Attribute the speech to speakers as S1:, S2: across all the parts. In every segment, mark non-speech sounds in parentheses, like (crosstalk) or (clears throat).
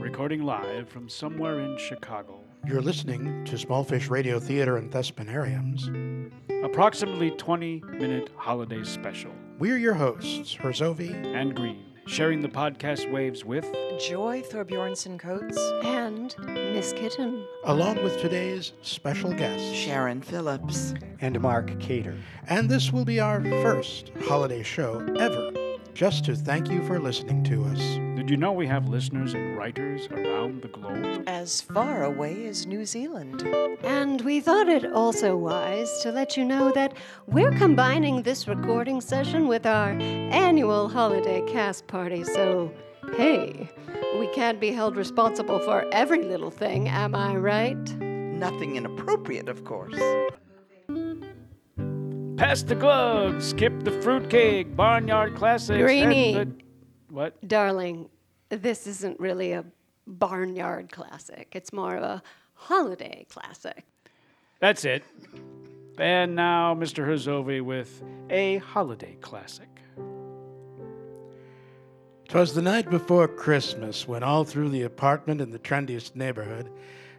S1: Recording live from somewhere in Chicago.
S2: You're listening to Small Fish Radio Theater and Thespinariums.
S1: Approximately 20 minute holiday special.
S2: We're your hosts, Herzovi.
S1: And Green, sharing the podcast waves with
S3: Joy Thorbjornson Coates.
S4: And Miss Kitten.
S2: along with today's special guest.
S3: Sharon Phillips.
S5: and Mark Cater.
S2: And this will be our first holiday show ever, just to thank you for listening to us.
S1: Did you know we have listeners and writers around the globe?
S3: As far away as New Zealand.
S4: And we thought it also wise to let you know that we're combining this recording session with our annual holiday cast party, so hey, we can't be held responsible for every little thing, am I right?
S6: Nothing inappropriate, of course.
S1: Pass the gloves, skip the fruitcake, barnyard classics.
S4: Greenie.
S1: and the- What?
S4: Darling, this isn't really a barnyard classic, it's more of a holiday classic.
S1: That's it. And now Mr. Herzovi with a holiday classic.
S2: 'Twas the night before Christmas when all through the apartment in the trendiest neighborhood,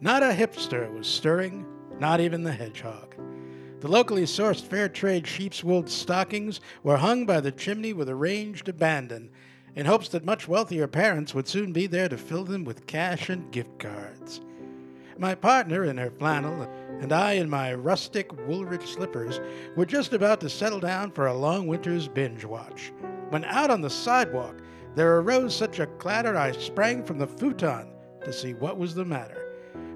S2: not a hipster was stirring, not even the hedgehog. The locally sourced fair trade sheep's wool stockings were hung by the chimney with arranged abandon, in hopes that much wealthier parents would soon be there to fill them with cash and gift cards. My partner in her flannel and I in my rustic Woolrich slippers were just about to settle down for a long winter's binge watch when out on the sidewalk there arose such a clatter I sprang from the futon to see what was the matter.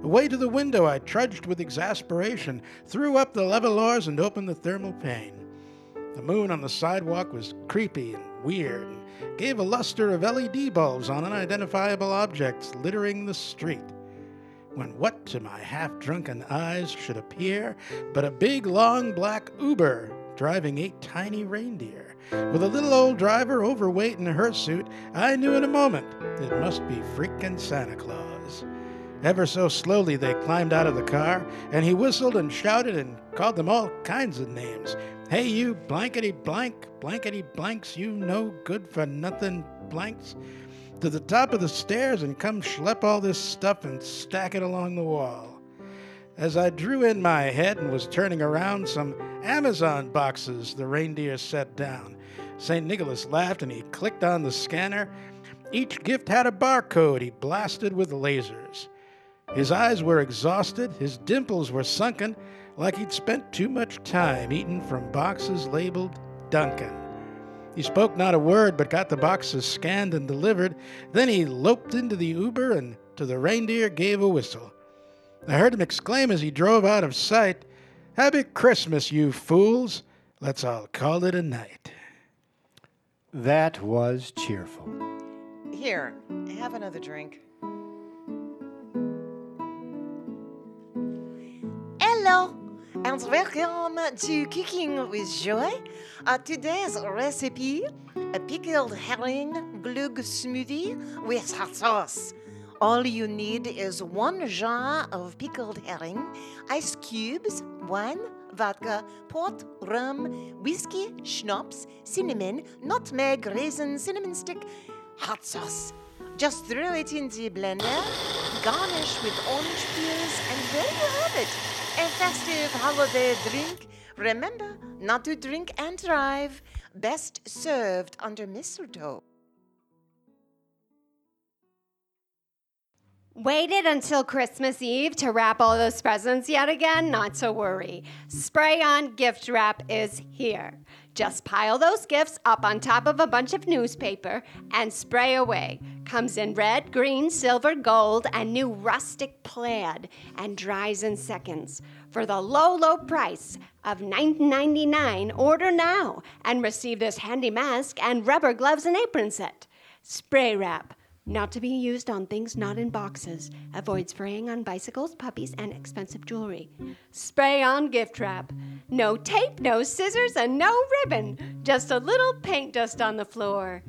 S2: Away to the window I trudged with exasperation, threw up the levelors, and opened the thermal pane. The moon on the sidewalk was creepy and weird and gave a luster of LED bulbs on unidentifiable objects littering the street when what to my half drunken eyes should appear but a big long black Uber driving eight tiny reindeer. With a little old driver overweight in a hirsute, I knew in a moment it must be freaking Santa Claus. Ever so slowly they climbed out of the car, and he whistled and shouted and called them all kinds of names. Hey, you blankety blank, blankety blanks, you no good for nothing blanks to the top of the stairs and come schlep all this stuff and stack it along the wall. As I drew in my head and was turning around, some Amazon boxes the reindeer set down. St. Nicholas laughed and he clicked on the scanner. Each gift had a barcode he blasted with lasers. His eyes were exhausted, his dimples were sunken, like he'd spent too much time eating from boxes labeled Duncan. He spoke not a word, but got the boxes scanned and delivered. Then he loped into the Uber and to the reindeer gave a whistle. I heard him exclaim as he drove out of sight, Happy Christmas, you fools! Let's all call it a night.
S5: That was cheerful.
S3: Here, have another drink. Hello, and welcome to Cooking with Joy. Uh, today's recipe a pickled herring glug smoothie with hot sauce. All you need is one jar of pickled herring, ice cubes, wine, vodka, port, rum, whiskey, schnapps, cinnamon, nutmeg, raisin, cinnamon stick, hot sauce. Just throw it in the blender, garnish with orange peels, and there you have it. A festive holiday drink. Remember not to drink and drive. Best served under mistletoe.
S4: Waited until Christmas Eve to wrap all those presents yet again? Not to worry. Spray on gift wrap is here. Just pile those gifts up on top of a bunch of newspaper and spray away. Comes in red, green, silver, gold, and new rustic plaid and dries in seconds. For the low, low price of $9.99, order now and receive this handy mask and rubber gloves and apron set. Spray wrap. Not to be used on things not in boxes. Avoid spraying on bicycles, puppies, and expensive jewelry. Spray on gift wrap. No tape, no scissors, and no ribbon. Just a little paint dust on the floor.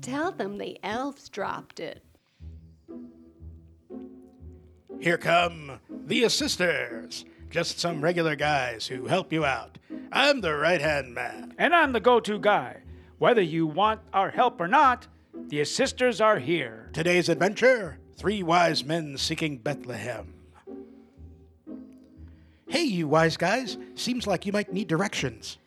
S4: Tell them the elves dropped it.
S2: Here come the assisters, just some regular guys who help you out. I'm the right hand man.
S1: And I'm the go to guy. Whether you want our help or not, the assisters are here.
S2: Today's adventure Three Wise Men Seeking Bethlehem. Hey, you wise guys. Seems like you might need directions.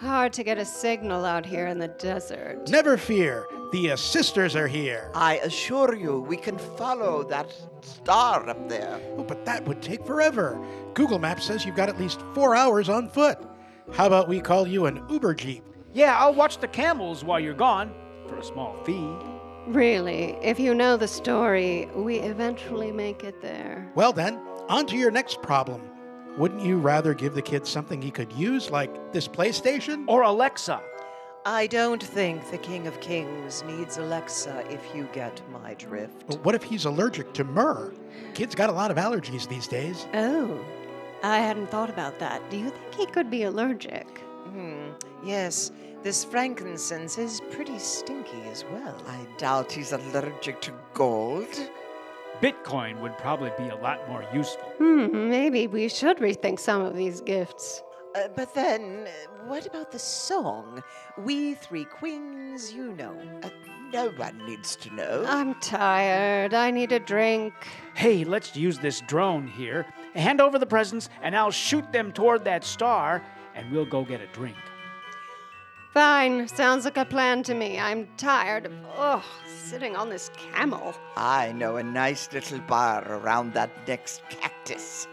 S4: Hard to get a signal out here in the desert.
S2: Never fear, the uh, sisters are here.
S6: I assure you, we can follow that star up there.
S2: Oh, but that would take forever. Google Maps says you've got at least four hours on foot. How about we call you an Uber Jeep?
S1: Yeah, I'll watch the camels while you're gone for a small fee.
S4: Really, if you know the story, we eventually make it there.
S2: Well, then, on to your next problem. Wouldn't you rather give the kid something he could use, like this PlayStation?
S1: Or Alexa.
S3: I don't think the King of Kings needs Alexa if you get my drift.
S2: But what if he's allergic to myrrh? Kids got a lot of allergies these days.
S4: Oh, I hadn't thought about that. Do you think he could be allergic?
S6: Oh.
S3: Hmm. Yes, this frankincense is pretty stinky as well.
S6: I doubt he's allergic to gold.
S1: Bitcoin would probably be a lot more useful.
S4: Hmm, maybe we should rethink some of these gifts.
S3: Uh, but then, uh, what about the song? We Three Queens, you know.
S6: Uh, no one needs to know.
S4: I'm tired. I need a drink.
S1: Hey, let's use this drone here. Hand over the presents, and I'll shoot them toward that star, and we'll go get a drink.
S4: Fine, sounds like a plan to me. I'm tired of, oh, sitting on this camel.
S6: I know a nice little bar around that next cactus.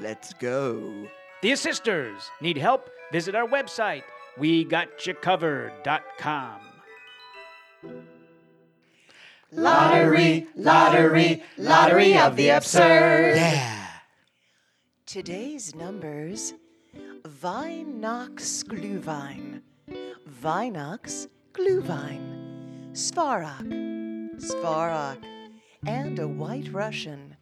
S6: Let's go.
S1: The Assisters need help? Visit our website, wegotchacovered.com.
S3: Lottery, lottery, lottery of the absurd.
S2: Yeah.
S3: Today's numbers Vinox Glühwein, Vinox Glühwein, Svarok, Svarok, and a White Russian.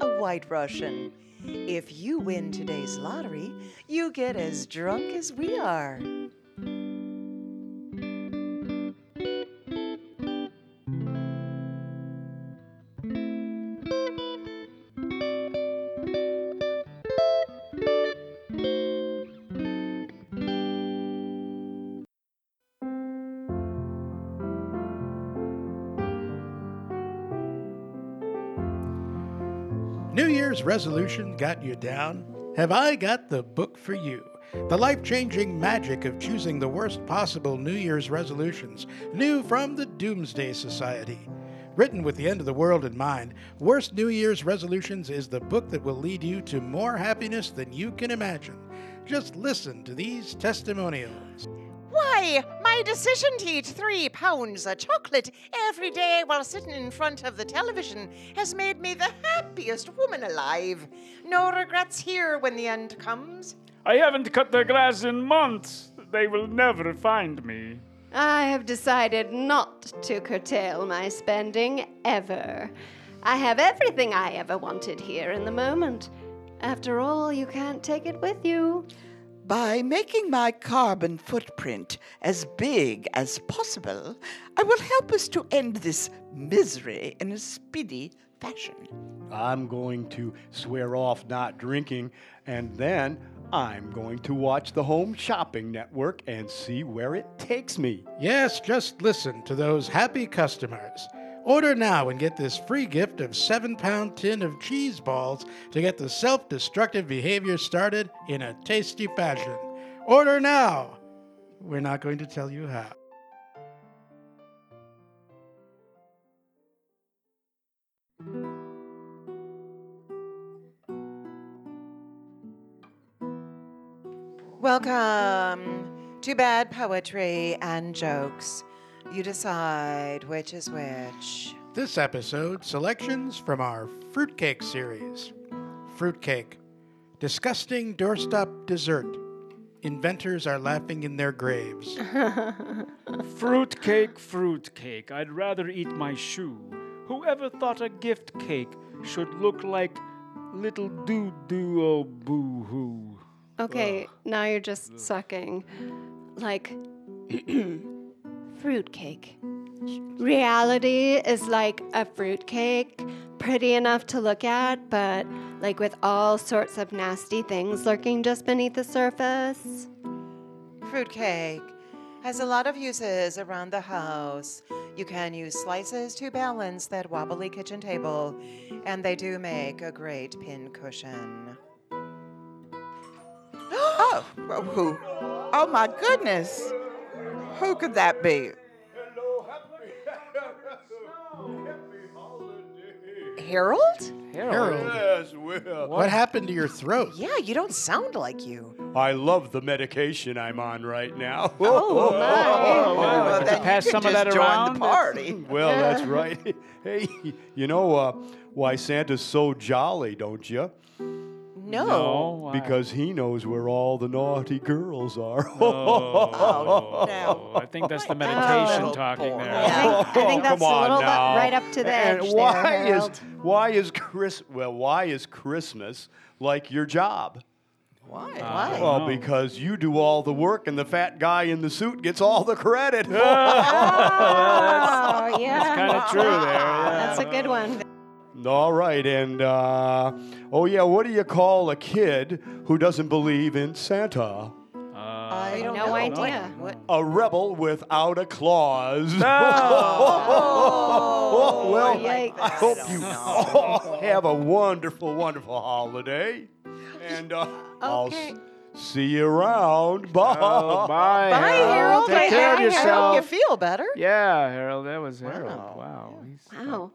S3: A White Russian. If you win today's lottery, you get as drunk as we are.
S2: New Year's resolution got you down? Have I got the book for you? The life changing magic of choosing the worst possible New Year's resolutions, new from the Doomsday Society. Written with the end of the world in mind, Worst New Year's Resolutions is the book that will lead you to more happiness than you can imagine. Just listen to these testimonials.
S3: Why, my decision to eat three pounds of chocolate every day while sitting in front of the television has made me the happiest woman alive. No regrets here when the end comes.
S1: I haven't cut the grass in months. They will never find me.
S4: I have decided not to curtail my spending ever. I have everything I ever wanted here in the moment. After all, you can't take it with you.
S6: By making my carbon footprint as big as possible, I will help us to end this misery in a speedy fashion.
S5: I'm going to swear off not drinking, and then I'm going to watch the Home Shopping Network and see where it takes me.
S2: Yes, just listen to those happy customers. Order now and get this free gift of seven pound tin of cheese balls to get the self destructive behavior started in a tasty fashion. Order now! We're not going to tell you how.
S3: Welcome to Bad Poetry and Jokes. You decide which is which.
S2: This episode, selections from our fruitcake series. Fruitcake. Disgusting doorstop dessert. Inventors are laughing in their graves.
S1: Fruitcake, fruitcake, I'd rather eat my shoe. Whoever thought a gift cake should look like little doo doo oh boo hoo?
S4: Okay, now you're just sucking. Like (clears throat) fruitcake. Reality is like a fruitcake, pretty enough to look at, but like with all sorts of nasty things lurking just beneath the surface.
S3: Fruitcake has a lot of uses around the house. You can use slices to balance that wobbly kitchen table, and they do make a great pin cushion.
S6: oh, well, who? Oh my goodness. Who could that be?
S3: Harold?
S2: Harold,
S5: Yes, well.
S2: what happened to your throat?
S3: Yeah, you don't sound like you.
S5: I love the medication I'm on right now.
S3: Oh, my.
S6: Well,
S7: Could
S6: then
S7: you
S6: you
S7: pass
S6: could
S7: some of
S6: just
S7: that
S6: join
S7: around?
S6: the party.
S5: (laughs) Well, that's right. (laughs) hey, you know uh, why Santa's so jolly, don't you?
S3: No.
S1: No, I-
S5: Because he knows where all the naughty girls are. (laughs)
S1: Oh,
S6: no.
S1: I think that's the meditation
S6: Oh,
S1: talking
S6: boy.
S1: there.
S4: I think, I think
S5: Oh,
S4: that's
S5: come
S4: a
S5: on
S4: little bit
S5: now.
S4: right up to the
S5: and
S4: edge
S5: why
S4: there, Harold.
S5: is why is Chris well why is Christmas like your job?
S6: Why?
S1: uh,
S3: Why?
S5: Well, because you do all the work and the fat guy in the suit gets all the credit.
S4: oh, yeah.
S1: Kind of true there.
S4: (laughs)
S1: yeah.
S4: That's a good one.
S5: (laughs) all right, and uh, oh yeah, what do you call a kid who doesn't believe in Santa?
S3: I don't
S4: No
S3: know.
S4: idea.
S3: What? what?
S5: A rebel without a clause. (laughs)
S3: Oh.
S5: well,
S4: Yikes.
S5: I hope you all have a wonderful, wonderful holiday. And uh,
S4: Okay.
S5: I'll s- see you around. Bye.
S1: Oh, bye,
S3: Bye, Harold.
S1: Take
S3: I-
S1: care of
S3: I, I hope you
S1: yourself.
S3: feel better.
S1: Yeah, Harold. That was Harold. Wow. He's-
S2: Oh.
S4: Wow.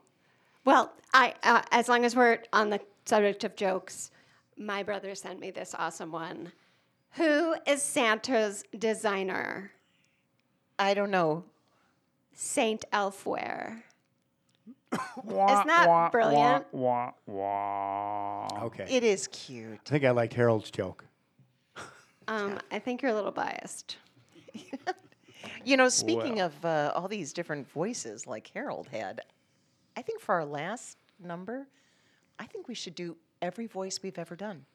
S4: Well, I uh, as long as we're on the subject of jokes, my brother sent me this awesome one. Who is Santa's designer?
S3: I don't know.
S4: Saint Elfware.
S1: Wah,
S4: that
S1: wah, wah,
S4: brilliant?
S1: Wah, wah,
S5: Okay.
S3: It is cute.
S5: I think I liked Harold's joke.
S4: Um, I think you're a little biased.
S3: You know, speaking of uh, all these different voices like Harold had, I think for our last number, I think we should do every voice we've ever done.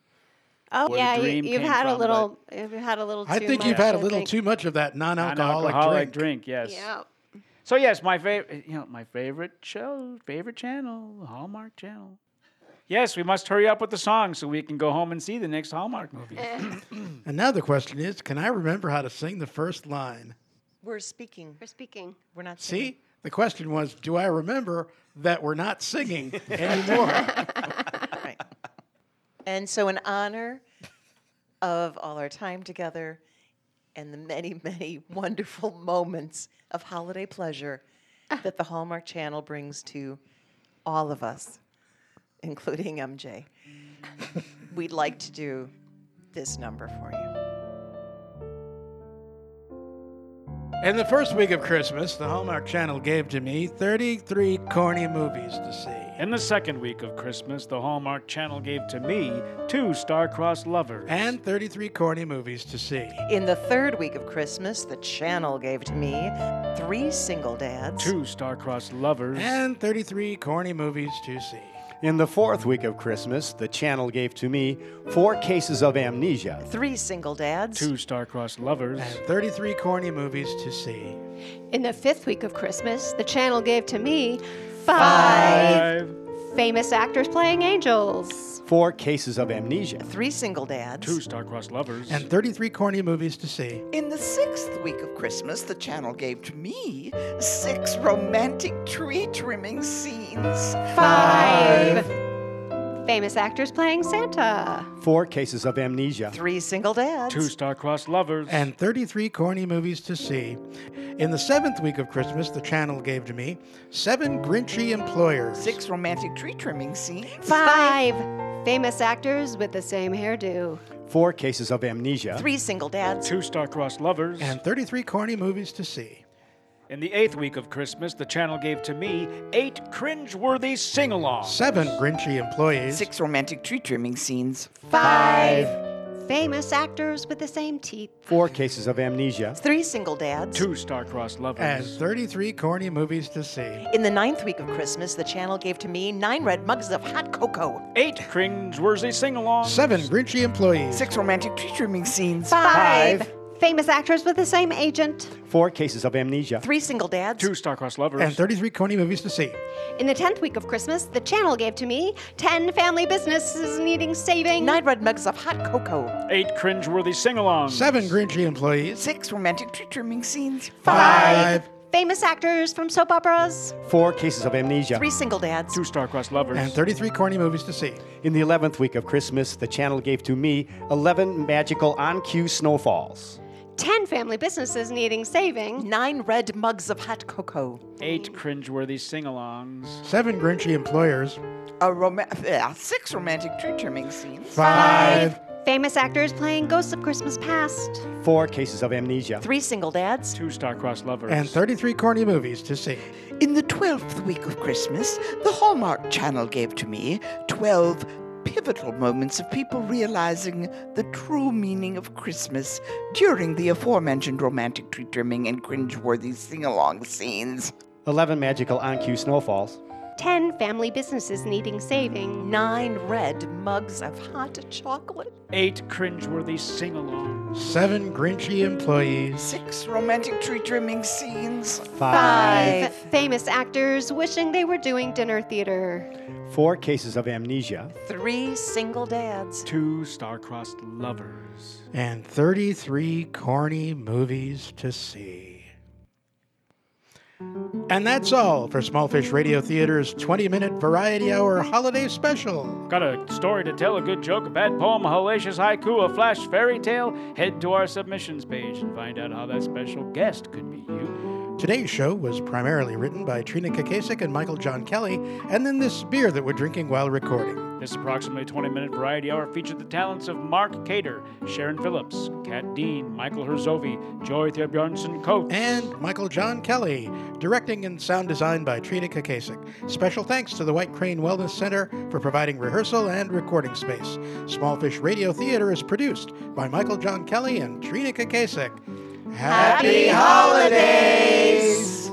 S4: Oh
S1: Where the
S4: yeah, you,
S1: dream
S4: you've
S1: came
S4: had a
S1: from,
S4: little. You've had a little.
S2: I
S4: too
S2: think you've
S4: much,
S2: had a
S4: I
S2: little
S4: think.
S2: too much of that non-alcoholic,
S1: Non-alcoholic
S2: drink.
S1: drink. Yes.
S4: Yeah.
S1: So yes, my favorite, you know, my favorite show, favorite channel, Hallmark Channel. Yes, we must hurry up with the song so we can go home and see the next Hallmark movie.
S2: And now the question is, can I remember how to sing the first line?
S3: We're speaking.
S4: We're speaking.
S3: We're not singing.
S2: See, the question was, do I remember that we're not singing anymore?
S3: Right. And so, in honor of all our time together and the many, many wonderful moments of holiday pleasure that the Hallmark Channel brings to all of us, including MJ, we'd like to do this number for you.
S2: And the first week of Christmas, the Hallmark Channel gave to me 33 corny movies to see.
S1: In the second week of Christmas, the Hallmark Channel gave to me two star-crossed lovers.
S2: And 33 corny movies to see.
S3: In the third week of Christmas, the channel gave to me three single dads.
S1: two star-crossed lovers.
S2: And 33 corny movies to see.
S5: In the fourth week of Christmas, the channel gave to me four cases of amnesia.
S3: Three single dads.
S1: two star-crossed lovers.
S2: And 33 corny movies to see.
S4: In the fifth week of Christmas, the channel gave to me five
S1: Five.
S4: famous actors playing angels.
S5: Four cases of amnesia.
S3: Three single dads.
S1: Two star-crossed lovers.
S2: And 33 corny movies to see.
S6: In the sixth week of Christmas, the channel gave to me six romantic tree trimming scenes.
S4: Five famous actors playing Santa.
S5: Four cases of amnesia.
S3: Three single dads.
S1: two star-crossed lovers.
S2: And 33 corny movies to see. In the seventh week of Christmas, the channel gave to me seven Grinchy employers.
S6: Six romantic tree trimming scenes.
S4: Five famous actors with the same hairdo.
S5: Four cases of amnesia.
S3: Three single dads.
S1: two star-crossed lovers.
S2: And 33 corny movies to see.
S1: In the eighth week of Christmas, the channel gave to me eight cringe-worthy sing-alongs.
S2: Seven Grinchy employees.
S6: Six romantic tree trimming scenes.
S4: Five famous actors with the same teeth.
S5: Four cases of amnesia.
S3: Three single dads.
S1: Two star-crossed lovers.
S2: And 33 corny movies to see.
S3: In the ninth week of Christmas, the channel gave to me nine red mugs of hot cocoa.
S1: Eight cringe-worthy sing-alongs.
S2: Seven Grinchy employees.
S6: Six romantic tree trimming scenes.
S4: Five,
S5: Five.
S4: famous actors with the same agent.
S5: Four cases of amnesia.
S3: Three single dads.
S1: Two star-crossed lovers.
S2: and 33 corny movies to see.
S4: In the tenth week of Christmas, the channel gave to me ten family businesses needing saving.
S3: Nine red mugs of hot cocoa.
S1: Eight cringe-worthy sing-alongs.
S2: Seven Grinchy employees.
S6: Six romantic tree trimming scenes.
S2: Five
S4: famous actors from soap operas,
S5: Four cases of amnesia.
S3: Three single dads.
S1: Two star-crossed lovers.
S2: and 33 corny movies to see.
S5: In the 11th week of Christmas, the channel gave to me 11 magical on cue snowfalls.
S4: 10 family businesses needing saving,
S3: Nine red mugs of hot cocoa.
S1: Eight cringeworthy sing-alongs.
S2: Seven Grinchy employers.
S6: A rom- uh, six romantic tree trimming scenes.
S2: Five.
S4: famous actors playing Ghosts of Christmas Past,
S5: Four cases of amnesia.
S3: Three single dads.
S1: Two star-crossed lovers.
S2: And 33 corny movies to see.
S6: In the 12th week of Christmas, the Hallmark Channel gave to me 12 pivotal moments of people realizing the true meaning of Christmas during the aforementioned romantic tree trimming and cringeworthy sing along scenes.
S5: 11 magical on cue snowfalls.
S4: 10 family businesses needing saving,
S3: Nine red mugs of hot chocolate.
S1: Eight cringeworthy sing-alongs.
S2: Seven Grinchy employees.
S6: Six romantic tree trimming scenes.
S4: Five famous actors wishing they were doing dinner theater,
S5: Four cases of amnesia.
S3: Three single dads.
S1: Two star-crossed lovers.
S2: And 33 corny movies to see. And that's all for Small Fish Radio Theater's 20 minute variety hour holiday special.
S1: Got a story to tell, a good joke, a bad poem, a hellacious haiku, a flash fairy tale? Head to our submissions page and find out how that special guest could be you.
S2: Today's show was primarily written by Trina Kakasik and Michael John Kelly, and then this beer that we're drinking while recording.
S1: This approximately 20 minute variety hour featured the talents of Mark Cater, Sharon Phillips, Kat Dean, Michael Herzovi, Joy Thorbjornsen Coates.
S2: And Michael John Kelly, directing and sound design by Trina Kakasik. Special thanks to the White Crane Wellness Center for providing rehearsal and recording space. Small Fish Radio Theater is produced by Michael John Kelly and Trina Kakasik. Happy
S6: holidays!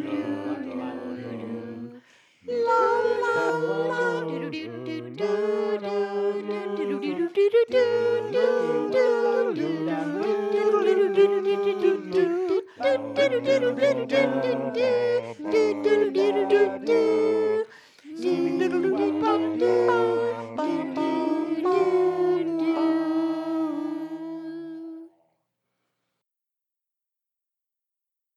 S7: do do do do do do do do do do do do